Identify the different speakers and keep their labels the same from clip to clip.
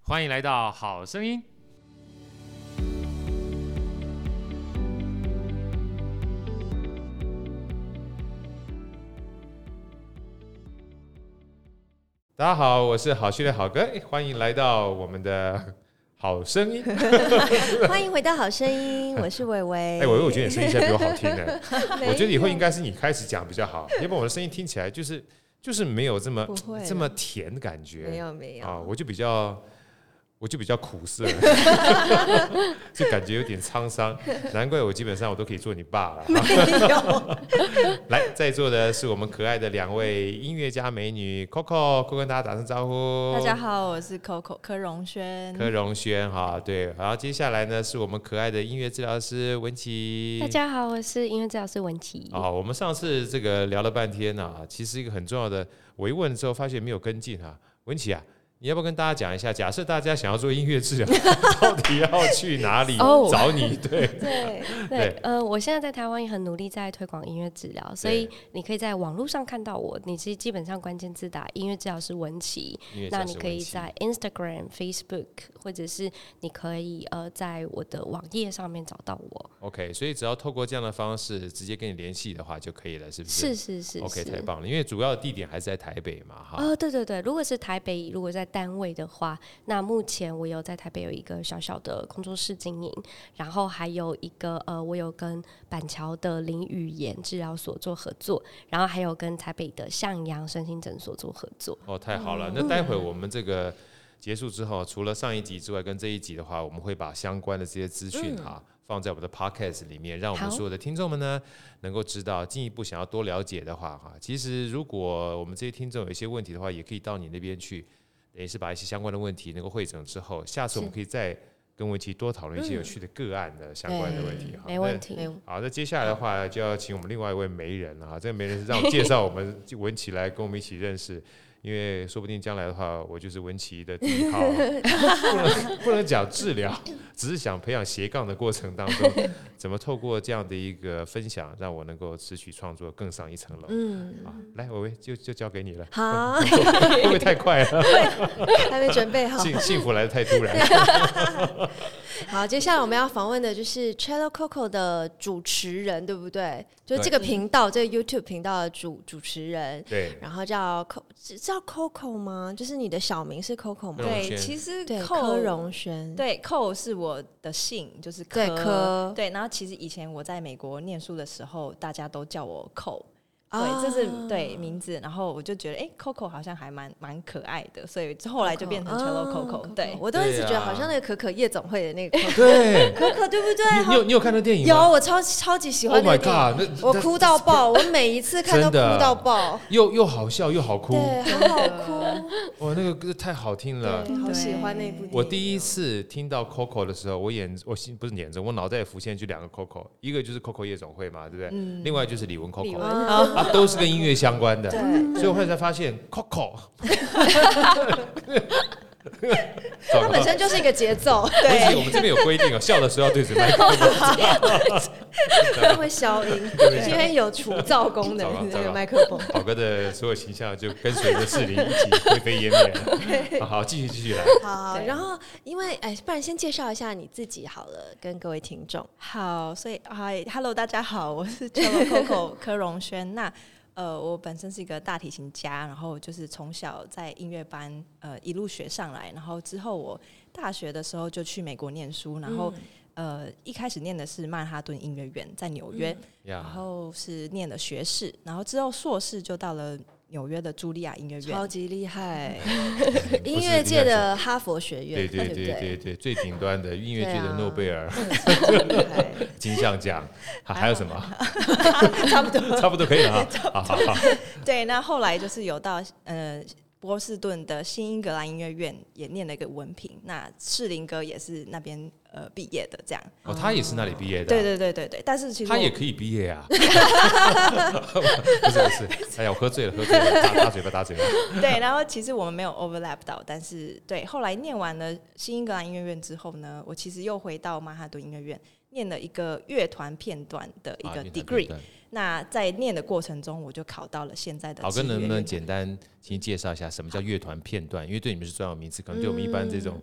Speaker 1: 欢迎来到《好声音》。大家好，我是好趣的好哥，诶欢迎来到我们的《好声音》
Speaker 2: 欢迎回到《好声音》，我是伟伟。
Speaker 1: 哎，我我觉得你声音现在比我好听呢、
Speaker 2: 得
Speaker 1: 我觉得以后应该是你开始讲比较好，要不然我的声音听起来就是就是没有这么
Speaker 2: 不会啦
Speaker 1: 这么甜的感觉。
Speaker 2: 没有没有，
Speaker 1: 啊，我就比较，我就比较苦涩，就感觉有点沧桑。难怪我基本上我都可以做你爸了。 哦来，在座的是我们可爱的两位音乐家美女 Coco，Coco 跟大家打声招呼。
Speaker 3: 大家。好，我是 Coco 柯荣
Speaker 4: 嗯
Speaker 3: 轩。
Speaker 1: 柯荣轩哈，对，然后接下来呢是我们可爱的音乐治疗师文琪。
Speaker 4: 大家好，我是音乐治疗师文琪。
Speaker 1: 啊、我们上次这个聊了半天啊，其实一个很重要的，我一问之后发现没有跟进啊。文琪啊，你要不要跟大家讲一下？假设大家想要做音乐治 疗，到底要去哪里
Speaker 4: 哦
Speaker 1: 找你？ 对，
Speaker 2: 对，
Speaker 1: 对
Speaker 4: 对，呃，我现在在台湾也很努力在推广音乐治疗，所以
Speaker 1: 对
Speaker 4: 你可以在网络上看到我。你其实基本上关键字打“音乐治疗师文琪”，
Speaker 1: 音乐
Speaker 4: 那
Speaker 1: 教
Speaker 4: 你
Speaker 1: 室
Speaker 4: 可以
Speaker 1: 文琪
Speaker 4: 在 Instagram、Facebook，或者是你可以呃在我的网页上面找到我。
Speaker 1: OK，所以只要透过这样的方式直接跟你联系的话就可以了，是不
Speaker 4: 是是是
Speaker 1: o k 太
Speaker 4: 是。
Speaker 1: 棒了，因为主要的地点还是在台北嘛，哈。
Speaker 4: 哦，对对对，如果是台北，如果在单位的话，那目前我有在台北有一个小小的工作室经营，然后还有一个呃，我有跟板桥的林语言治疗所做合作，然后还有跟台北的向阳身心诊所做合作。
Speaker 1: 哦，太好
Speaker 4: 嗯
Speaker 1: 了！那待会我们这个结束之后，除了上一集之外，跟这一集的话，我们会把相关的这些资讯哈、放在我们的 podcast 里面，让我们
Speaker 4: 嗯好
Speaker 1: 所有的听众们呢能够知道。进一步想要多了解的话哈，其实如果我们这些听众有一些问题的话，也可以到你那边去，等于是把一些相关的问题能够汇整之后，下次我们可以再跟我一起多讨论一些有趣的个案的相关的问题哈。
Speaker 4: 嗯没
Speaker 1: 那
Speaker 4: 问题。
Speaker 3: 没有
Speaker 1: 好，那接下来的话就要请我们另外一位媒人 啊，这个媒人是让我介绍我们文琪来跟我们一起认识，因为说不定将来的话，我就是文琪的第一 号，不能不能讲治疗，只是想培养斜杠的过程当 中，怎么透过这样的一个分享，让我能够持续创作更上一层楼。
Speaker 2: 嗯，
Speaker 1: 啊，来，伟伟就就交给你 了，
Speaker 2: 好，
Speaker 1: 会不会太快了？
Speaker 2: 还没准备好。
Speaker 1: 幸幸福来的太突然。
Speaker 2: 好，接下来我们要访问的就是 Cello Coco 的主持人，对不对？就是这个频道，这个 YouTube 频道的主主持人，
Speaker 1: 对，
Speaker 2: 然后叫 Co，是叫 Coco 吗？就是你的小名是 Coco 吗？
Speaker 1: 柯荣
Speaker 3: 对，
Speaker 1: 轩
Speaker 3: 其实
Speaker 2: 对，
Speaker 3: 寇
Speaker 2: 柯荣轩，
Speaker 3: 对寇是我的姓，就是柯
Speaker 2: 对柯
Speaker 3: 对，然后其实以前我在美国念书的时候，大家都叫我寇。对，
Speaker 2: 啊
Speaker 3: 这是对名字，然后我就觉得，哎，Coco 好像还蛮蛮可爱的，所以后来就变成 Cello
Speaker 2: 啊
Speaker 3: Coco。对，
Speaker 2: 我都一直觉
Speaker 1: 对
Speaker 2: 得
Speaker 1: 啊
Speaker 2: 好像那个可可夜总会的那个 Coco，
Speaker 1: 对，
Speaker 2: 可可对不对？
Speaker 1: 你你有你有看到电影
Speaker 2: 有，
Speaker 1: 吗？
Speaker 2: 我超超级喜
Speaker 1: Oh
Speaker 2: 欢那
Speaker 1: my
Speaker 2: 个电影
Speaker 1: god！那
Speaker 2: 我
Speaker 1: 那
Speaker 2: 哭到爆，我每一次看都
Speaker 1: 真的
Speaker 2: 哭到爆，
Speaker 1: 又又好笑又好哭，
Speaker 2: 对，好好哭，
Speaker 1: 哇，那个歌太好听了。
Speaker 2: 对好喜欢那部电影。
Speaker 1: 我第一次听到 Coco 的时候，我眼我心不是眼中，我脑袋浮现就两个 Coco，一个就是 Coco 夜总会嘛，对不对？另外就是李玟 Coco，
Speaker 2: 啊，
Speaker 1: 啊，都是跟音乐相关的。
Speaker 2: 嗯对，
Speaker 1: 所以我后来才发现 Coco，
Speaker 2: 它本身就是一个 节奏，
Speaker 1: 而且
Speaker 2: 对，
Speaker 1: 我们这边有规定哦，笑的时候要对准麦克风。
Speaker 2: 它会消音，因 为有除噪
Speaker 1: 糟糕
Speaker 2: 功能 那
Speaker 1: 糟
Speaker 2: 个
Speaker 1: 糕
Speaker 2: 麦克风。
Speaker 1: 宝哥的所有形象就跟随着志玲一起灰飞烟灭了。好，继续继续来。
Speaker 2: 好，
Speaker 3: 对
Speaker 2: 然后因为哎，不然先介绍一下你自己好了，跟各位听众。
Speaker 3: 好，所以嗨，Hello，大家好，我是 Cello Coco 柯荣轩。那呃，我本身是一个大提琴家，然后就是从小在音乐班呃一路学上来，然后之后我大学的时候就去美国念书，然
Speaker 2: 嗯
Speaker 3: 后、呃一开始念的是曼哈顿音乐院，在纽约，然
Speaker 1: 呀，
Speaker 3: 后是念了学士，然后之后硕士就到了纽约的茱莉亚音乐
Speaker 2: 超
Speaker 3: 院。
Speaker 2: 级厉害，
Speaker 1: 哎不是
Speaker 2: 音乐界的哈佛学
Speaker 1: 对
Speaker 2: 院，
Speaker 1: 对
Speaker 2: 不
Speaker 1: 对对对，最顶端的音乐界
Speaker 3: 啊
Speaker 1: 的诺贝 尔
Speaker 2: 对，厉害。
Speaker 1: 金像奖，还还有什么？
Speaker 3: 差不 多。
Speaker 1: 差不多可以了 啊。好好好，
Speaker 3: 对，那后来就是有到呃波士顿的新英格兰音乐院也念了一个文凭，那士林哥也是那边呃毕业的这样。
Speaker 1: 哦，他也是那里毕业的啊。
Speaker 3: 对对对对对，但是其实
Speaker 1: 他
Speaker 3: 我
Speaker 1: 也可以毕业啊！ 不是不 是，哎呀，我喝醉了，喝醉了，打打嘴巴，打嘴巴。
Speaker 3: 对，然后其实我们没有 overlap 到，但是对，后来念完了新英格兰音乐院之后呢，我其实又回到曼哈顿音乐院念了一个乐团片段的一
Speaker 1: 啊
Speaker 3: 个
Speaker 1: 变成
Speaker 3: degree，、
Speaker 1: 对
Speaker 3: 那在念的过程中，我就考到了现在的
Speaker 1: 好
Speaker 3: 职
Speaker 1: 哥，
Speaker 3: 业
Speaker 1: 能不
Speaker 3: 乐
Speaker 1: 能
Speaker 3: 团
Speaker 1: 简单请介绍一下什么叫乐团片段？因为对你们是专有名词，可能对我们一般这种、
Speaker 3: 嗯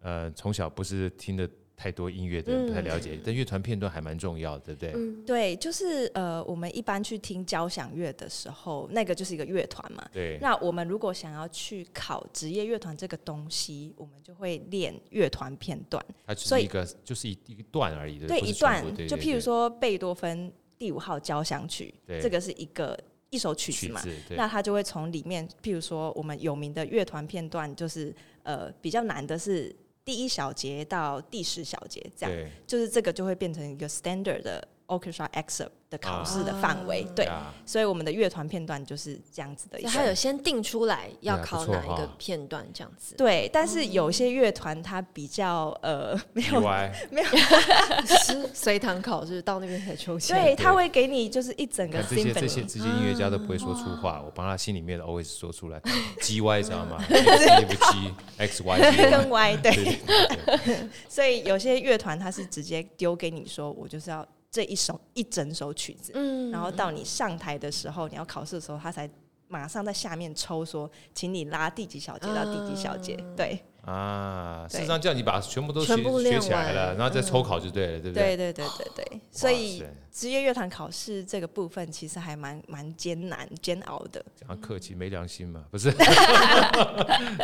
Speaker 1: 呃从小不是听的太多音乐的人不太了解，但乐团片段还蛮重要的，对不对？
Speaker 3: 对，就是呃，我们一般去听交响乐的时候，那个就是一个乐团嘛。
Speaker 1: 对，
Speaker 3: 那我们如果想要去考职业乐团这个东西，我们就会练乐团片段，
Speaker 1: 它只
Speaker 3: 所
Speaker 1: 是
Speaker 3: 以
Speaker 1: 一个就是一一段而已，
Speaker 3: 对
Speaker 1: 不是
Speaker 3: 一
Speaker 1: 全
Speaker 3: 段
Speaker 1: 部对，
Speaker 3: 就
Speaker 1: 对
Speaker 3: 譬如
Speaker 1: 对
Speaker 3: 说贝多芬第五号交响曲，
Speaker 1: 对
Speaker 3: 这个是一个一首曲子
Speaker 1: 曲
Speaker 3: 嘛，
Speaker 1: 子，对
Speaker 3: 那他就会从里面，譬如说我们有名的乐团片段，就是呃比较难的是第一小节到第十小节这样，
Speaker 1: 对
Speaker 3: 就是这个就会变成一个 standard 的 orchestra excerpt 的考试的范围，对，
Speaker 1: 啊
Speaker 3: 所以我们的乐团片段就是这样子的一
Speaker 2: 所以他
Speaker 3: 个。
Speaker 2: 有先定出来要
Speaker 1: 对啊
Speaker 2: 考
Speaker 1: 不错
Speaker 2: 哪一个
Speaker 1: 哈
Speaker 2: 片段这样子。
Speaker 3: 对，但是有些乐团它比较 呃没
Speaker 1: 意
Speaker 3: 有，
Speaker 1: 外
Speaker 2: 是随堂考，是不是到那边才抽签。
Speaker 3: 对，他会给你就是一整个
Speaker 1: 看这些这些
Speaker 3: symphony，
Speaker 1: 这些音乐家都不会说粗
Speaker 3: 哦
Speaker 1: 话，我帮他心里面的 always 说出 来，G Y 知道吗？F G X Y
Speaker 3: 跟
Speaker 1: Z，
Speaker 3: Y
Speaker 1: 对
Speaker 3: 对，
Speaker 1: 对对对，
Speaker 3: 所以有些乐团它是直接丢给你说，我就是要这一首一整首曲子，
Speaker 2: 嗯
Speaker 3: 然后到你上台的时候，你要考试的时候，他才马上在下面抽说，请你拉第几小节到第几小节。对
Speaker 1: 啊，事
Speaker 3: 对
Speaker 1: 实上叫你把全部都学
Speaker 2: 全部
Speaker 1: 学
Speaker 2: 练
Speaker 1: 起来了，
Speaker 2: 完
Speaker 1: 然后再抽考就对了，对不
Speaker 3: 嗯对对对对对，所以
Speaker 1: 哇塞
Speaker 3: 职业乐团考试这个部分其实还蛮蛮艰难煎熬的。
Speaker 1: 讲得客气没良心嘛，不 是？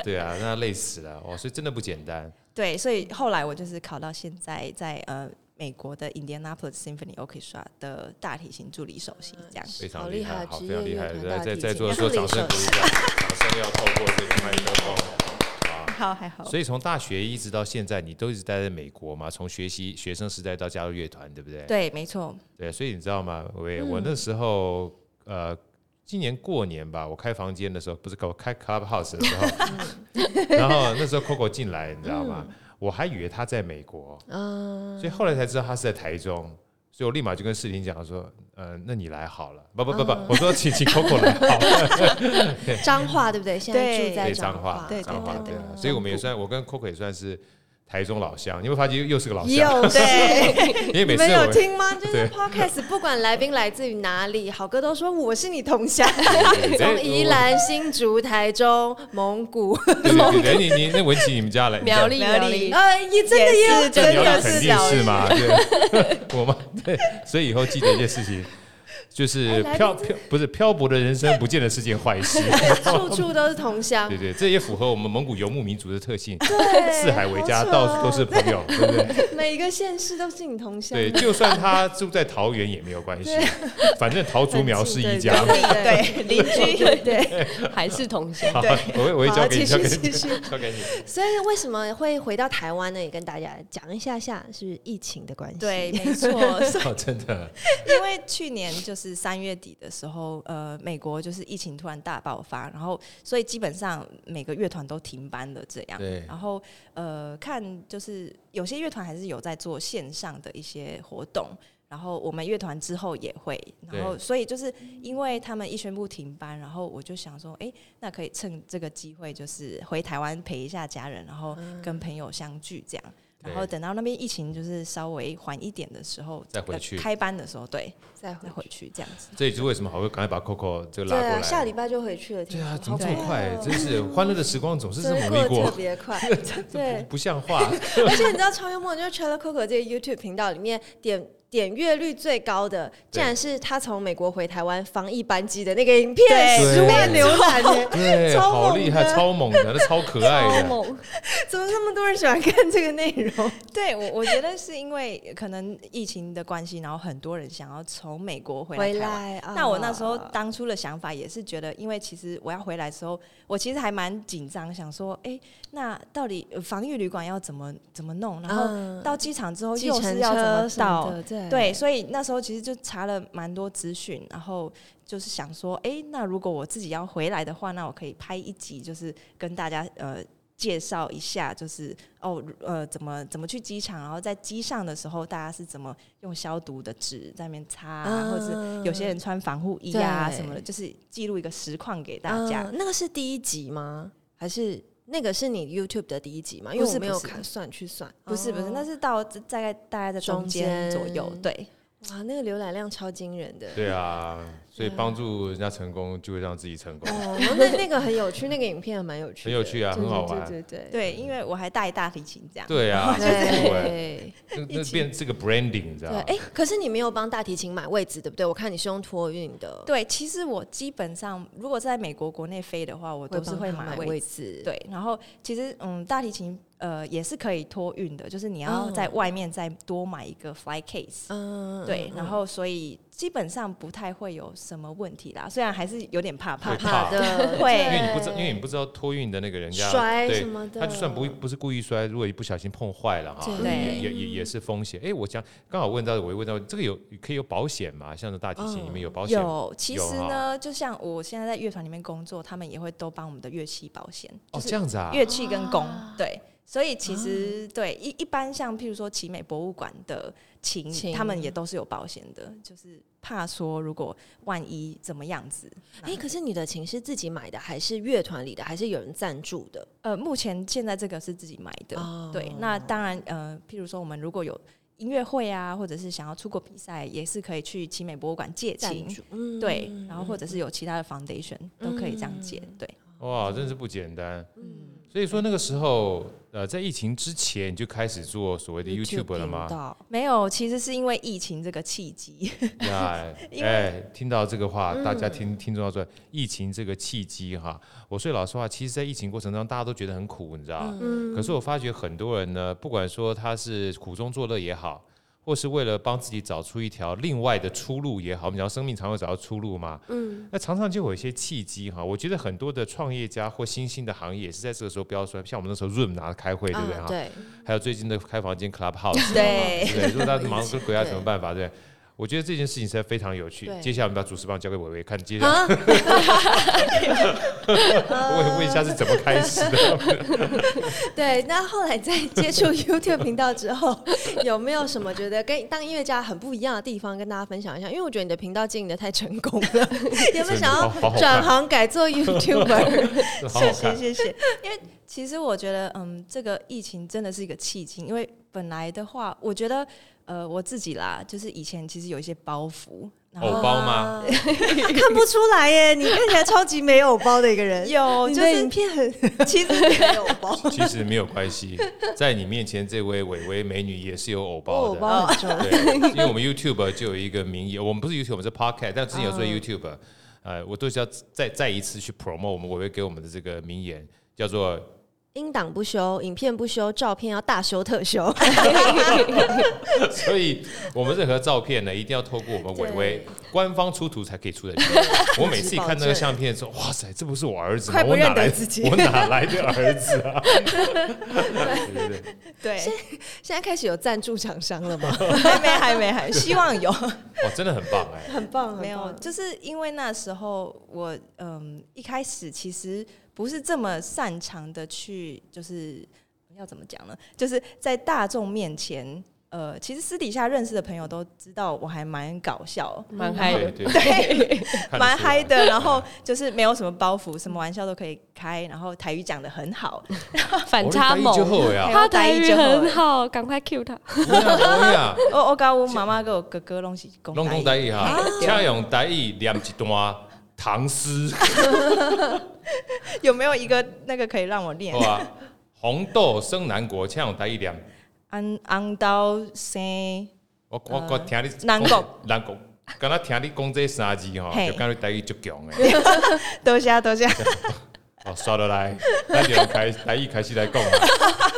Speaker 1: 对啊，那累死了哦，所以真的不简单。
Speaker 3: 对，所以后来我就是考到现在在呃。美国的 Indianapolis Symphony Orchestra 的大提琴助理首席，这样
Speaker 1: 非常
Speaker 2: 好
Speaker 1: 厉
Speaker 2: 厉
Speaker 1: 害，
Speaker 2: 害
Speaker 1: 好，非
Speaker 2: 职业
Speaker 1: 常厉
Speaker 2: 乐
Speaker 1: 害！
Speaker 2: 团
Speaker 1: 在
Speaker 2: 大
Speaker 1: 在
Speaker 2: 提
Speaker 1: 在
Speaker 2: 琴
Speaker 1: 座的
Speaker 2: 要
Speaker 1: 时候，
Speaker 2: 立
Speaker 1: 掌声
Speaker 2: 正
Speaker 1: 鼓励一下，掌声要透过这个麦克
Speaker 2: 嗯
Speaker 1: 风。
Speaker 3: 好还好，
Speaker 1: 所以从大学一直到现在，你都一直待在美国嘛？从学习学生时代到加入乐团，对不对？
Speaker 3: 对，没错，
Speaker 1: 对，所以你知道吗？我我
Speaker 2: 嗯
Speaker 1: 那时候呃，今年过年吧，我开房间的时候，不是我开 Clubhouse 的时候，
Speaker 2: 嗯
Speaker 1: 然后那时候 Coco 进来，你知道吗？我还以为他在美国，
Speaker 2: 嗯，
Speaker 1: 所以后来才知道他是在台中，所以我立马就跟世林讲说，呃，那你来好了，不不不不，
Speaker 2: 嗯
Speaker 1: 我说请请 Coco 来好了，
Speaker 2: 彰化对不对？现在
Speaker 3: 对
Speaker 2: 住
Speaker 1: 对
Speaker 2: 在
Speaker 1: 彰化
Speaker 2: 化，
Speaker 3: 对
Speaker 1: 彰化
Speaker 3: 对
Speaker 1: 对啊，所以我们也算，我跟 Coco 也算是台中老乡，你会发觉又是个老乡，
Speaker 2: 有对，
Speaker 1: 因为
Speaker 2: 你
Speaker 1: 每次
Speaker 2: 们有
Speaker 1: 我
Speaker 2: 听吗？就
Speaker 1: 对
Speaker 2: 是 podcast，不管来宾来自于哪里，好哥都说我是你同 乡，
Speaker 1: 哎
Speaker 2: 从宜，兰、新竹、台中、蒙古，
Speaker 1: 对对对，你你那文琪你们家来
Speaker 4: 苗栗
Speaker 3: 苗
Speaker 4: 苗
Speaker 3: 栗
Speaker 4: 栗，
Speaker 2: 呃，也真的也有
Speaker 1: 这
Speaker 2: 真
Speaker 1: 苗
Speaker 2: 的
Speaker 1: 栗肯定
Speaker 2: 小
Speaker 1: 是 嘛，对，我嘛，对，所以以后记得一件事情，就是
Speaker 2: 哎来
Speaker 1: 漂
Speaker 2: 宾
Speaker 1: 漂不是漂泊的人生，不见得是件坏 事。
Speaker 2: 处处都是同乡
Speaker 1: 对，对，这也符合我们蒙古游牧民族的特性，
Speaker 2: 对
Speaker 1: 四海为家，
Speaker 2: 好扯
Speaker 1: 到处都是朋友，对不 对？
Speaker 2: 每一个县市都是你同乡，
Speaker 1: 对，就算他住在桃园也没有关系，反正 桃竹苗是一家。
Speaker 2: 对对对
Speaker 3: 对邻居，对
Speaker 4: 还是同 乡。
Speaker 1: 好，我会我会
Speaker 2: 好
Speaker 1: 交给你，
Speaker 2: 继续
Speaker 1: 交给你，
Speaker 2: 继续
Speaker 1: 交给你。
Speaker 2: 所以为什么会回到台湾呢？也跟大家讲一下下，是不是疫情的关系。
Speaker 3: 对，没错，
Speaker 1: 哦，真的，
Speaker 3: 因为去年就是三月底的时候，呃，美国就是疫情突然大爆发，然后所以基本上每个乐团都停班了这样。
Speaker 1: 对
Speaker 3: 然后呃，看就是有些乐团还是有在做线上的一些活动。然后我们乐团之后也会，然后
Speaker 1: 对
Speaker 3: 所以就是因为他们一宣布停班，然后我就想说，哎，那可以趁这个机会，就是回台湾陪一下家人，然后跟朋友相聚这样。
Speaker 1: 嗯对
Speaker 3: 然后等到那边疫情就是稍微缓一点的时候，
Speaker 1: 再回去
Speaker 3: 呃开班的时候，对，
Speaker 2: 再
Speaker 3: 再
Speaker 2: 回
Speaker 3: 回
Speaker 2: 去。
Speaker 3: 去这样子。
Speaker 1: 这也是为什么好会赶快把 Coco 这个拉过
Speaker 2: 对
Speaker 1: 来
Speaker 2: 啊，。下礼拜就回去了。
Speaker 1: 对啊，怎
Speaker 2: 听
Speaker 1: 么
Speaker 2: 说
Speaker 1: 这么
Speaker 3: 好
Speaker 1: 快？
Speaker 2: 快哦
Speaker 1: 真是欢乐的时光总是这
Speaker 2: 真
Speaker 1: 么啊
Speaker 2: 的
Speaker 1: 容易
Speaker 2: 过
Speaker 1: 过
Speaker 2: 得 特，别快，
Speaker 1: 这
Speaker 2: 对
Speaker 1: 不不像 话。
Speaker 2: 而且你知道超幽默，就是 Chella Coco 这个 YouTube 频道里面点点阅率最高的，竟然是他从美国回台湾防疫班机的那个影片，
Speaker 1: 对
Speaker 2: 十万浏览耶！
Speaker 1: 对，
Speaker 2: 超
Speaker 1: 好厉害，
Speaker 2: 猛的
Speaker 1: 超猛的，那超可爱
Speaker 4: 超
Speaker 1: 的。
Speaker 4: 猛，
Speaker 2: 怎么那么多人喜欢看这个内容？
Speaker 3: 对我，我觉得是因为可能疫情的关系，然后很多人想要从美国回来台湾。
Speaker 2: 啊
Speaker 3: 那我那时候当初的想法也是觉得，因为其实我要回来的时候，我其实还蛮紧张，想说，哎、那到底呃防疫旅馆要怎么怎么弄？然后
Speaker 2: 嗯
Speaker 3: 到机场之后
Speaker 2: 计
Speaker 3: 哦又
Speaker 2: 程
Speaker 3: 是
Speaker 2: 车
Speaker 3: 要怎么
Speaker 2: 什
Speaker 3: 到？
Speaker 2: 的，对
Speaker 3: 对，所以那时候其实就查了蛮多资讯，然后就是想说，哎、那如果我自己要回来的话，那我可以拍一集，就是跟大家呃介绍一下，就是哦呃怎么怎么去机场，然后在机上的时候大家是怎么用消毒的纸在那边擦、啊，或者是有些人穿防护衣啊
Speaker 2: 嗯对
Speaker 3: 什么的，就是记录一个实况给大家。
Speaker 2: 嗯那个是第一集吗？还是那个是你 YouTube 的第一集吗？因
Speaker 3: 不
Speaker 2: 为
Speaker 3: 是
Speaker 2: 我没有
Speaker 3: 不是
Speaker 2: 看算去算，
Speaker 3: 不是不是，
Speaker 2: 哦
Speaker 3: 那是到大概大概在中
Speaker 2: 中间
Speaker 3: 间左右，对。
Speaker 2: 哦哇，那个浏览量超惊人的。
Speaker 1: 对啊，所以帮助人家成功，就会让自己成功，
Speaker 2: 哦，那那个很有趣，那个影片还蛮有趣的，
Speaker 1: 很有趣啊，
Speaker 2: 对，
Speaker 1: 很好玩。
Speaker 2: 对对对
Speaker 3: 对，因为我还带大提琴这样。
Speaker 1: 对啊，
Speaker 2: 对
Speaker 1: 对，
Speaker 2: 对。
Speaker 1: 那那变这个 branding，你知道
Speaker 2: 对，
Speaker 1: 吗？
Speaker 2: 哎、可是你没有帮大提琴买位置，对不对？我看你是用托运的，
Speaker 3: 对，其实我基本上如果在美国国内飞的话，我都是
Speaker 2: 帮
Speaker 3: 会
Speaker 2: 他
Speaker 3: 买
Speaker 2: 买
Speaker 3: 位
Speaker 2: 位置，
Speaker 3: 对，然后其实嗯，大提琴呃也是可以托运的，就是你要
Speaker 2: 哦
Speaker 3: 在外面再多买一个 fly case、
Speaker 2: 嗯，嗯，
Speaker 3: 对
Speaker 2: 嗯，
Speaker 3: 然后所以基本上不太会有什么问题啦，虽然还是有点怕怕
Speaker 1: 会。
Speaker 2: 怕怕的，
Speaker 3: 会嗯
Speaker 1: 因为
Speaker 2: 对
Speaker 1: 你不知道，因为你不知道托运的那个人家
Speaker 2: 摔
Speaker 1: 对
Speaker 2: 什么的，
Speaker 1: 他就算不不是故意摔，如果一不小心碰坏了哈，
Speaker 2: 对
Speaker 1: 也也也也是风险。哎，我想刚好问到，我又问到这个有可以有保险吗？像这大提琴
Speaker 2: 嗯
Speaker 1: 里面有保险哦吗？
Speaker 3: 有，其
Speaker 1: 有
Speaker 3: 实
Speaker 1: 哈
Speaker 3: 呢，就像我现在在乐团里面工作，他们也会都帮我们的乐器保险，就
Speaker 1: 哦，
Speaker 3: 是
Speaker 1: 这样子啊，
Speaker 3: 乐器跟弓，
Speaker 2: 啊
Speaker 3: 对，所以其实、对一一般像譬如说奇美博物馆的琴，
Speaker 2: 琴
Speaker 3: 他们也都是有保险的，就是怕说如果万一怎么样子。
Speaker 2: 哎、可是你的琴是自己买的，还是乐团里的，还是有人赞助的？
Speaker 3: 呃，目前现在这个是自己买的，
Speaker 2: 哦
Speaker 3: 对，那当然呃，譬如说我们如果有。音乐会啊，或者是想要出国比赛，也是可以去奇美博物馆借
Speaker 2: 赞
Speaker 3: 琴，
Speaker 2: 助，嗯嗯
Speaker 3: 对，然后或者是有其他的 foundation 都可以这样借，对。
Speaker 1: 哇，真是不简单。所以说那个时候，呃，在疫情之前你就开始做所谓的 YouTube 了吗？
Speaker 2: 吗？
Speaker 3: 没有，其实是因为疫情这个 契机。
Speaker 1: 呀，哎，听到这个话，
Speaker 2: 嗯
Speaker 1: 大家听听众要说，疫情这个契机哈，我说老实话，其实，在疫情过程中，大家都觉得很苦，你知道吗
Speaker 2: 嗯
Speaker 1: 可是我发觉很多人呢，不管说他是苦中作乐也好，或是为了帮自己找出一条另外的出路也好，我们讲生命常会找到出路嘛。嗯，那常常就有一些契机哈。我觉得很多的创业家或新兴的行业也是在这个时候飙出来，像我们那时候 Zoom 拿开会，对不对
Speaker 2: 啊
Speaker 1: 哈？
Speaker 2: 对，
Speaker 1: 还有最近的开 房间 Clubhouse，
Speaker 3: 对
Speaker 1: 对不对，如果大家忙着鬼啊，
Speaker 2: 对
Speaker 1: 什么办法？对。我觉得这件事情实在非常有趣
Speaker 2: 对。
Speaker 1: 接下来我们把主持棒交给伟伟，看接下来
Speaker 2: 啊，
Speaker 1: 问问一下是怎么开始的。
Speaker 2: 对，那后来在接触 YouTube 频道之后，有没有什么觉得跟当音乐家很不一样的地方，跟大家分享一下？因为我觉得你的频道经营的太成功了， 有没有想
Speaker 1: 好好好
Speaker 2: 要
Speaker 1: 看
Speaker 2: 转行改做 YouTuber？
Speaker 1: 好好
Speaker 3: 谢
Speaker 1: 看，
Speaker 3: 谢谢谢。因为其实我觉得，嗯，这个疫情真的是一个契机，因为本来的话，我觉得，呃，我自己啦，就是以前其实有一些包袱，然后
Speaker 1: 偶
Speaker 2: 哦
Speaker 1: 包吗？
Speaker 2: 看不出来耶，你看起来超级没有包的一个人。
Speaker 3: 有
Speaker 2: 你
Speaker 3: 就
Speaker 2: 的影
Speaker 3: 是
Speaker 2: 片很
Speaker 3: 其实
Speaker 2: 没有包，
Speaker 1: 其实没有关系，在你面前这位伟伟美女也是有偶包
Speaker 2: 我
Speaker 1: 的。
Speaker 2: 包很重。
Speaker 1: 对，因为我们 YouTube 就有一个名义，我们不是 YouTube，我们是 Podcast，但之前有
Speaker 2: 嗯
Speaker 1: 做 YouTube，、呃，我都是要再再一次去 promote 我们伟伟给我们的这个名言，叫做
Speaker 2: 音档不修，影片不修，照片要大修特修。
Speaker 1: 所以我们任何照片呢，一定要透过我们伟伟官方出图才可以出得去。我每次一看那个相片说，哇塞，这不是我儿子吗？
Speaker 2: 快不
Speaker 1: 我哪
Speaker 2: 认得
Speaker 1: 来
Speaker 2: 自己
Speaker 1: 我哪来的儿子 啊？对对对，
Speaker 3: 对，
Speaker 2: 现在开始有赞助厂商了吗？
Speaker 3: 还没还没还，希望有。
Speaker 1: 哇，真的很棒哎、
Speaker 2: 很
Speaker 4: 嗯
Speaker 2: 棒，
Speaker 3: 没有，就是因为那时候我嗯一开始其实不是这么擅长的去，就是要怎么讲呢？就是在大众面前，呃，其实私底下认识的朋友都知道我还蛮搞笑，
Speaker 4: 蛮
Speaker 2: 哎
Speaker 4: 嗨
Speaker 1: 对
Speaker 4: 的。
Speaker 1: 对看
Speaker 3: 对，
Speaker 1: 得出来
Speaker 3: 蛮嗨的。然后就是没有什么包袱，什么玩笑都可以开，然后台语讲的很好，
Speaker 1: 嗯
Speaker 4: 反
Speaker 1: 哦
Speaker 4: 差
Speaker 1: 你台语就
Speaker 4: 萌。
Speaker 1: 好呀，
Speaker 4: 他台语很好，赶快 Q 他。
Speaker 1: 我呀。
Speaker 3: 我我跟我哦妈妈跟我哥哥拢是讲
Speaker 1: 拢讲台语哈，请用台语念一段唐诗，
Speaker 3: 有没有一个那个可以让我练
Speaker 1: 好？吧？红豆生南国，请用台语念。
Speaker 3: 安安刀生。
Speaker 1: 我我我听你
Speaker 3: 南国
Speaker 1: 南国，刚刚听你讲这三字吼，
Speaker 3: 嘿
Speaker 1: 就感觉台语足强诶。
Speaker 3: 多谢啊多谢，
Speaker 1: 哦，刷落来，咱就开台语开始来讲啊。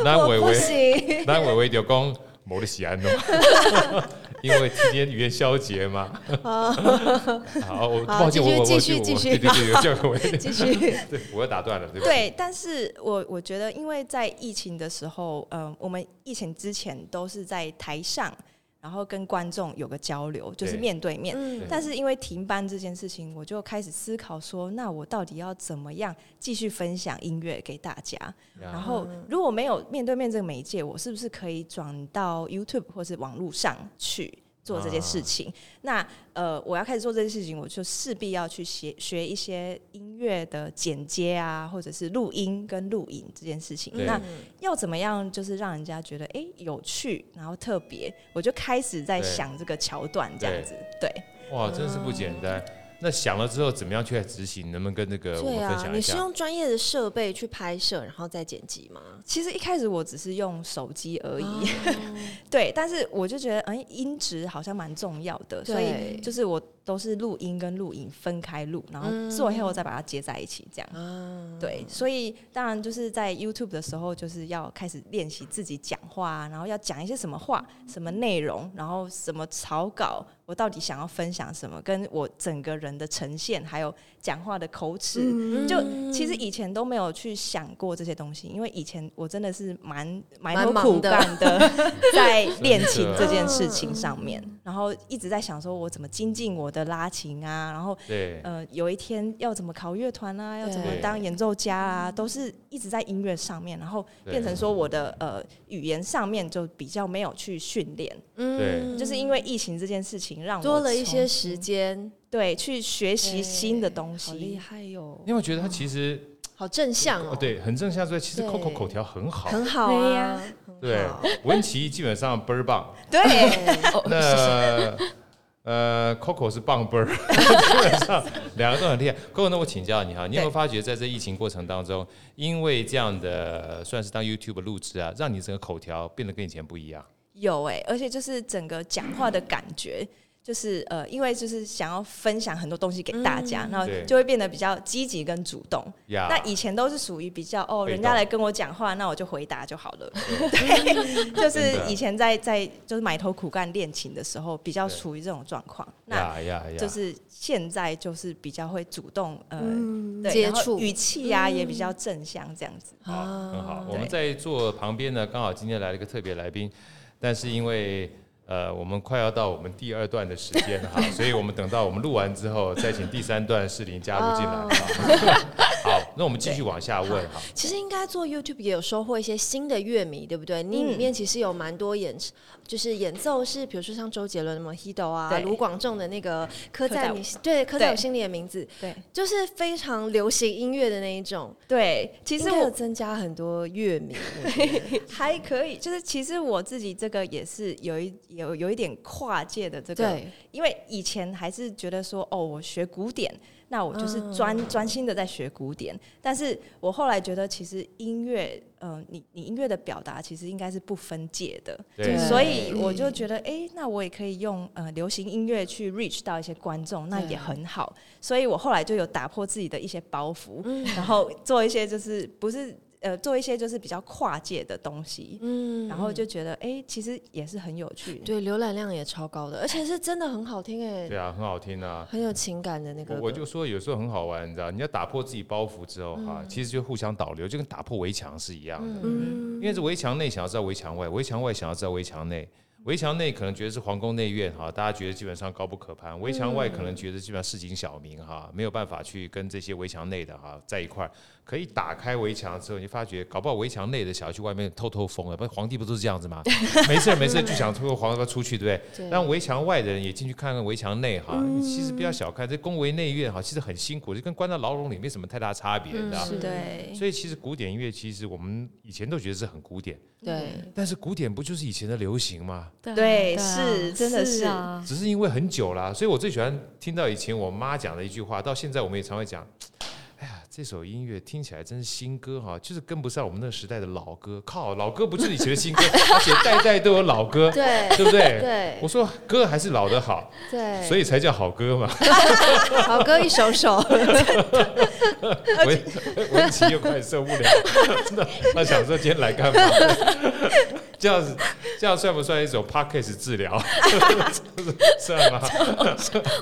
Speaker 1: 咱
Speaker 2: 我
Speaker 1: 伟
Speaker 2: 不
Speaker 1: 伟，
Speaker 2: 行。
Speaker 1: 咱伟伟就讲无咧是安咯，因为今天语言消节嘛。好，我
Speaker 2: 好
Speaker 1: 抱歉，
Speaker 2: 继续
Speaker 1: 我我
Speaker 2: 继
Speaker 1: 我
Speaker 2: 续继续
Speaker 1: 对对对，这个我
Speaker 2: 继续，
Speaker 1: 对，我要打断了，对不起
Speaker 3: 对，但是我我觉得，因为在疫情的时候，嗯、我们疫情之前都是在台上，然后跟观众有个交流，就是
Speaker 1: 对
Speaker 3: 面对面。
Speaker 2: 嗯
Speaker 3: 但是因为停班这件事情，我就开始思考说，那我到底要怎么样继续分享音乐给大家？
Speaker 1: 呀
Speaker 3: 然后如果没有面对面这个媒介，我是不是可以转到 YouTube 或是网络上去？做这件事
Speaker 1: 啊
Speaker 3: 情。那呃，我要开始做这件事情，我就势必要去学学一些音乐的剪接啊，或者是录音跟录影这件事情。
Speaker 1: 对
Speaker 3: 那要怎么样，就是让人家觉得哎、诶有趣，然后特别，我就开始在
Speaker 1: 对
Speaker 3: 想这个桥段这样子。对，
Speaker 1: 哇，真是不简单。那想了之后，怎么样去执行？能不能跟那呃个我们
Speaker 2: 对
Speaker 1: 分
Speaker 2: 啊，
Speaker 1: 享一
Speaker 2: 你是
Speaker 1: 下？
Speaker 2: 用专业的设备去拍摄，然后再剪辑吗？
Speaker 3: 其实一开始我只是用手机而已，
Speaker 1: 啊
Speaker 2: 哦
Speaker 3: 对，但是我就觉得，哎、音质好像蛮重要的，所以
Speaker 2: 对
Speaker 3: 就是我都是录音跟录影分开录，然后
Speaker 2: 嗯
Speaker 3: 做以后再把它接在一起，这样。
Speaker 2: 啊，
Speaker 3: 对，所以当然就是在 YouTube 的时候，就是要开始练习自己讲话啊，然后要讲一些什么话、什么内容，然后什么草稿，我到底想要分享什么，跟我整个人的呈现，还有讲话的口齿，
Speaker 2: 嗯
Speaker 3: 就其实以前都没有去想过这些东西，因为以前我真的是蛮埋头
Speaker 2: 蛮
Speaker 3: 苦
Speaker 2: 忙的
Speaker 3: 干的， 在练
Speaker 1: 真
Speaker 3: 琴
Speaker 1: 的
Speaker 3: 这件事情上面，
Speaker 2: 啊
Speaker 3: 然后一直在想说我怎么精进我的拉琴啊，然后
Speaker 1: 对，
Speaker 3: 呃有一天要怎么考乐团啊，要怎么
Speaker 1: 对
Speaker 3: 当演奏家啊，都是一直在音乐上面，然后变成说我的呃语言上面就比较没有去训练，
Speaker 1: 对
Speaker 3: 就是因为疫情这件事情让我
Speaker 2: 嗯多了一些
Speaker 3: 重
Speaker 2: 时间，
Speaker 3: 对去学习新的东
Speaker 2: 好厉
Speaker 3: 西，
Speaker 2: 害哟
Speaker 1: 因，为我觉得他其实
Speaker 2: 好正向哦，
Speaker 1: 哦，，对，很正向之外，其实
Speaker 2: 对
Speaker 1: Coco 口条很好，
Speaker 2: 很好
Speaker 4: 对
Speaker 2: 啊
Speaker 4: 呀，
Speaker 2: 很
Speaker 1: 对
Speaker 2: 好，
Speaker 1: 文琪基本上倍儿棒，
Speaker 3: 对。
Speaker 1: 那呃，Coco 是棒倍儿， 基本上两个都很厉害。Coco，那我请教你哈，你有没有发觉在这疫情过程当中，因为这样的算是当 YouTube 录制啊，让你整个口条变得跟以前不一样？
Speaker 3: 有哎、而且就是整个讲话的感觉，就是呃，因为就是想要分享很多东西给大家，然后
Speaker 1: 对
Speaker 3: 就会变得比较积极跟主动。
Speaker 1: 呀、
Speaker 3: 那以前都是属于比较哦，
Speaker 1: 啊被动
Speaker 3: 人家来跟我讲话，那我就回答就好了。
Speaker 1: 对
Speaker 3: 对，就是
Speaker 1: 真的
Speaker 3: 以前在在就是埋头苦干练琴的时候，比较
Speaker 1: 对
Speaker 3: 处于这种状况。那
Speaker 1: 呀呀呀，
Speaker 3: 就是现在就是比较会主动呃。对
Speaker 2: 嗯接
Speaker 3: 然后
Speaker 2: 触啊
Speaker 3: 语气呀、也比较正向，这样子。
Speaker 1: 好，很好。我们
Speaker 3: 对
Speaker 1: 在座旁边呢，刚好今天来了一个特别来宾，但是因为呃，我们快要到我们第二段的时间了哈，所以我们等到我们录完之后，再请第三段适龄加入进来
Speaker 2: 哦
Speaker 1: 哈。好，那我们继续往下问哈。
Speaker 2: 其实应该做 YouTube 也有收获一些新的乐迷，对不对？你
Speaker 3: 嗯
Speaker 2: 里面其实有蛮多演，就是演奏是，比如说像周杰伦的《m o j i t o 啊，
Speaker 3: 对
Speaker 2: 卢广仲的那个《刻在
Speaker 3: 刻在
Speaker 2: 你对刻在我
Speaker 3: 对
Speaker 2: 心里的名字》，
Speaker 3: 对
Speaker 2: 就是非常流行音乐的那一种。
Speaker 3: 对，其
Speaker 2: 其
Speaker 3: 实
Speaker 2: 实
Speaker 3: 我
Speaker 2: 我增加很多乐迷，我觉得
Speaker 3: 还可以，就是其实我自己这个也是有一有有一点跨界的这个，
Speaker 2: 对，
Speaker 3: 因为以前还是觉得说哦，我学古典，那我就是专专、心的在学古典，但是我后来觉得其实音乐，呃，你你音乐的表达其实应该是不分界的，
Speaker 1: 对，
Speaker 3: 所以我就觉得，哎、那我也可以用呃流行音乐去 reach 到一些观众，那
Speaker 2: 对
Speaker 3: 也很好。所以我后来就有打破自己的一些包袱，然后做一些就是不是呃做一些就是比较跨界的东西，
Speaker 2: 嗯
Speaker 3: 然后就觉得，哎、其实也是很有趣。
Speaker 2: 对浏览量也超高的，而且是真的很好听哎，
Speaker 1: 对啊，很好听啊。
Speaker 2: 很有情感的那个
Speaker 1: 我
Speaker 2: 歌。
Speaker 1: 我就说有时候很好玩，你知道，你要打破自己包袱之后哈，其实就互相导流，就跟打破围墙是一样
Speaker 2: 嗯
Speaker 1: 的。因为是围墙内想要知道围墙外，围墙外想要知道围墙内，围墙内可能觉得是皇宫内院哈，大家觉得基本上高不可攀；围墙外可能觉得基本上市井小民哈，没有办法去跟这些围墙内的哈在一块儿。可以打开围墙之后，你就发觉搞不好围墙内的想要去外面透透风啊，不是皇帝不都是这样子吗？没事儿没事儿就想透过皇帝出去，对不对？
Speaker 2: 对
Speaker 1: 让围墙外的人也进去看看围墙内哈。你其实不要小看这宫闱内院哈，其实很辛苦，就跟关到牢笼里没什么太大差别，你知道
Speaker 3: 嗯
Speaker 1: 吗
Speaker 2: 是？
Speaker 3: 对，
Speaker 1: 所以其实古典音乐，其实我们以前都觉得是很古典，
Speaker 2: 对，
Speaker 1: 但是古典不就是以前的流行吗？
Speaker 4: 对
Speaker 3: 对
Speaker 4: 啊
Speaker 3: 是真的是
Speaker 4: 啊，
Speaker 1: 只是因为很久啦，所以我最喜欢听到以前我妈讲的一句话，到现在我们也常会讲。哎呀，这首音乐听起来真是新歌哈，就是跟不上我们那个时代的老歌。靠，老歌不就是以前的新歌，而且代代都有老歌，
Speaker 2: 对
Speaker 1: 对不对？
Speaker 2: 对
Speaker 1: 我说歌还是老的好，
Speaker 2: 对，
Speaker 1: 所以才叫好歌嘛。
Speaker 2: 哎 好歌一首首，
Speaker 1: 文文琪又快受不了， 真的，他想说今天来干嘛？ 这样子，这样算不算一种 podcast 治疗？ 算吗？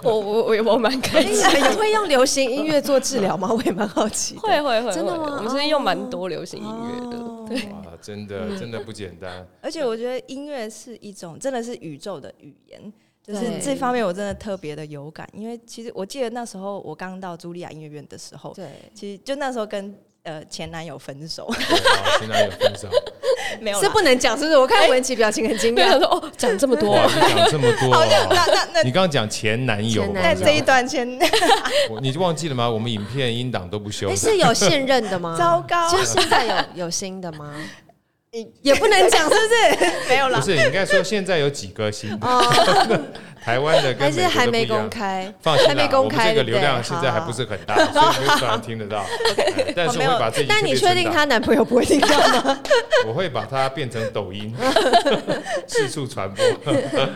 Speaker 4: 我我我我蛮开
Speaker 2: 哎
Speaker 4: 心。
Speaker 2: 你们会用流行音乐做治疗吗？ 我也蛮好奇的。
Speaker 4: 会会会，
Speaker 2: 真的吗
Speaker 4: 会我们是用蛮多流行音乐的，
Speaker 2: 哦
Speaker 4: 对，
Speaker 1: 哇，真的真的不简单。
Speaker 3: 而且我觉得音乐是一种真的是宇宙的语言，就是
Speaker 2: 对
Speaker 3: 这方面我真的特别的有感，因为其实我记得那时候我刚到茱莉亚音乐院的时候，
Speaker 2: 对，
Speaker 3: 其实就那时候跟呃前男友分手，
Speaker 1: 对啊前男友分手，
Speaker 3: 没有啦
Speaker 2: 是不能讲，是不是？我看文琪表情很惊
Speaker 4: 没有
Speaker 2: 讶
Speaker 4: 想，说哦，讲这么 多，
Speaker 1: 哇，你讲这么多
Speaker 3: 好，
Speaker 1: 哦，
Speaker 3: 那那那 那
Speaker 1: 你刚刚讲前男友嘛，
Speaker 2: 前男
Speaker 3: 那
Speaker 2: 友
Speaker 1: 是
Speaker 3: 这
Speaker 1: 吧
Speaker 3: 一段先
Speaker 1: 我你就忘记了吗？我们影片音档都不修
Speaker 2: 哎，，是有现任的吗？
Speaker 3: 糟糕
Speaker 2: 就，是现在有有新的吗
Speaker 3: 你？
Speaker 2: 也不能讲，是不是？
Speaker 3: 没有
Speaker 1: 不
Speaker 3: 啦。
Speaker 1: 是？你应该说现在有几颗星，
Speaker 2: 哦，
Speaker 1: 台湾的
Speaker 2: 还
Speaker 1: 跟美
Speaker 2: 是还
Speaker 1: 国的不
Speaker 2: 没
Speaker 1: 一
Speaker 2: 公
Speaker 1: 样。
Speaker 2: 开？
Speaker 1: 放心
Speaker 2: 还没
Speaker 1: 啦，
Speaker 2: 公
Speaker 1: 我们这
Speaker 2: 开对
Speaker 1: 个
Speaker 2: 不
Speaker 1: 流
Speaker 2: 对
Speaker 1: 量现在还不是很 大，所以没有多少人听得到。哎但是我
Speaker 3: 我没
Speaker 1: 会
Speaker 3: 有
Speaker 1: 把自己，
Speaker 2: 但你确定她？男朋友不会听到吗？
Speaker 1: 我会把它变成抖音， 四处传播。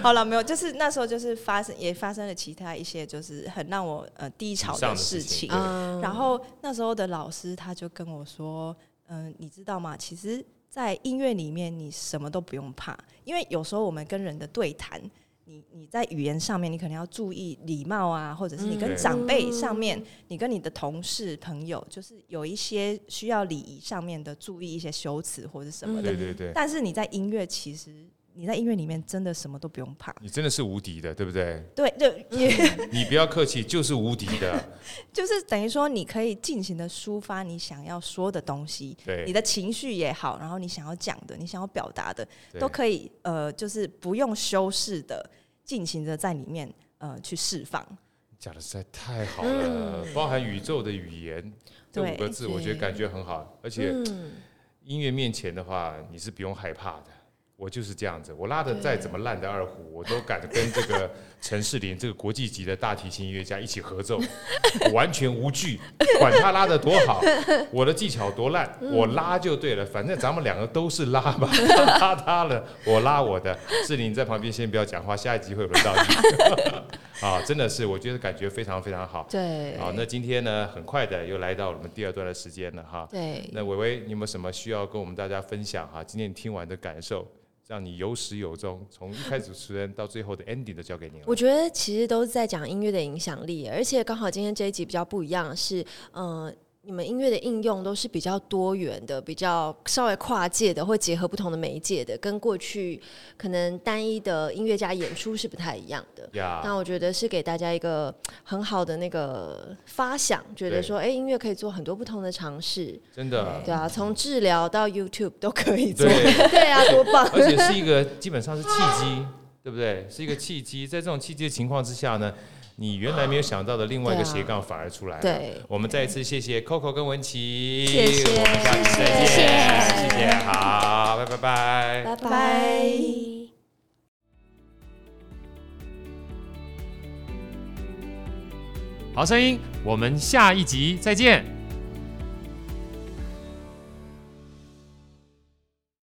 Speaker 3: 好了，没有，就是那时候就是发生也发生了其他一些就是很让我呃低潮
Speaker 1: 沮丧的
Speaker 3: 事
Speaker 1: 事情对
Speaker 2: 嗯
Speaker 3: 然后那时候的老师他就跟我说：“嗯、你知道吗？其实，在音乐里面，你什么都不用怕，因为有时候我们跟人的对谈，你你在语言上面，你可能要注意礼貌啊，或者是你
Speaker 1: 嗯
Speaker 3: 跟长辈上面，你跟你的同事朋友，就是有一些需要礼仪上面的注意一些修辞或者什么的。
Speaker 1: 对对对，
Speaker 3: 但是你在音乐，其实你在音乐里面真的什么都不用怕。”
Speaker 1: 你真的是无敌的，对不对？
Speaker 3: 对，就也
Speaker 1: 你不要客气，就是无敌的。
Speaker 3: 就是等于说，你可以尽情的抒发你想要说的东西，你
Speaker 1: 对，
Speaker 3: 的情绪也好，然后你想要讲的、你想要表达的，
Speaker 1: 对
Speaker 3: 都可以呃，就是不用修饰的，尽情的在里面呃去释放。
Speaker 1: 讲的实在太好了，
Speaker 2: 嗯
Speaker 1: 包含宇宙的语言这
Speaker 3: 对
Speaker 1: 五个字，我觉得感觉很好，而且
Speaker 2: 嗯，
Speaker 1: 音乐面前的话，你是不用害怕的。我就是这样子，我拉的再怎么烂的二胡，我都敢跟这个陈世林这个国际级的大提琴音乐家一起合奏， 我完全无惧，管他拉的多好，我的技巧多烂，我拉就对了，反正咱们两个都是拉吧，他拉他了，我拉我的。世林你在旁边先不要讲话，下一集会轮到你。 啊，真的是，我觉得感觉非常非常好。
Speaker 2: 对，
Speaker 1: 好，那今天呢，很快的又来到我们第二段的时间了哈。
Speaker 2: 对，
Speaker 1: 那伟伟，你有没有什么需要跟我们大家分享哈、今天你听完的感受，让你有始有终，从一开始主持人到最后的 ending 都交给你了
Speaker 2: 我。觉得其实都是在讲音乐的影响力，而且刚好今天这一集比较不一样是，嗯、你们音乐的应用都是比较多元的，比较稍微跨界的，会结合不同的媒介的，跟过去可能单一的音乐家演出是不太一样的。那
Speaker 1: 呀，
Speaker 2: 我觉得是给大家一个很好的那个发想，觉得
Speaker 1: 对
Speaker 2: 说，哎、音乐可以做很多不同的尝试，
Speaker 1: 真的，
Speaker 2: 对啊，从治疗到 YouTube 都可以做，
Speaker 1: 对，
Speaker 2: 对啊，多棒！
Speaker 1: 而且是一个基本上是契机，对不对？是一个契机，在这种契机的情况之下呢，你原来没有想到的另外一个
Speaker 2: 对啊
Speaker 1: 斜杠反而出来了。
Speaker 2: 对
Speaker 1: 我们再一次谢谢 Coco 跟文琪，
Speaker 2: 谢谢
Speaker 1: 我们下期再见，
Speaker 2: 谢
Speaker 1: 谢
Speaker 2: 谢
Speaker 1: 谢，好，拜拜拜。
Speaker 2: 拜
Speaker 3: 拜
Speaker 2: 拜。
Speaker 1: 好声音，我们下一集再见。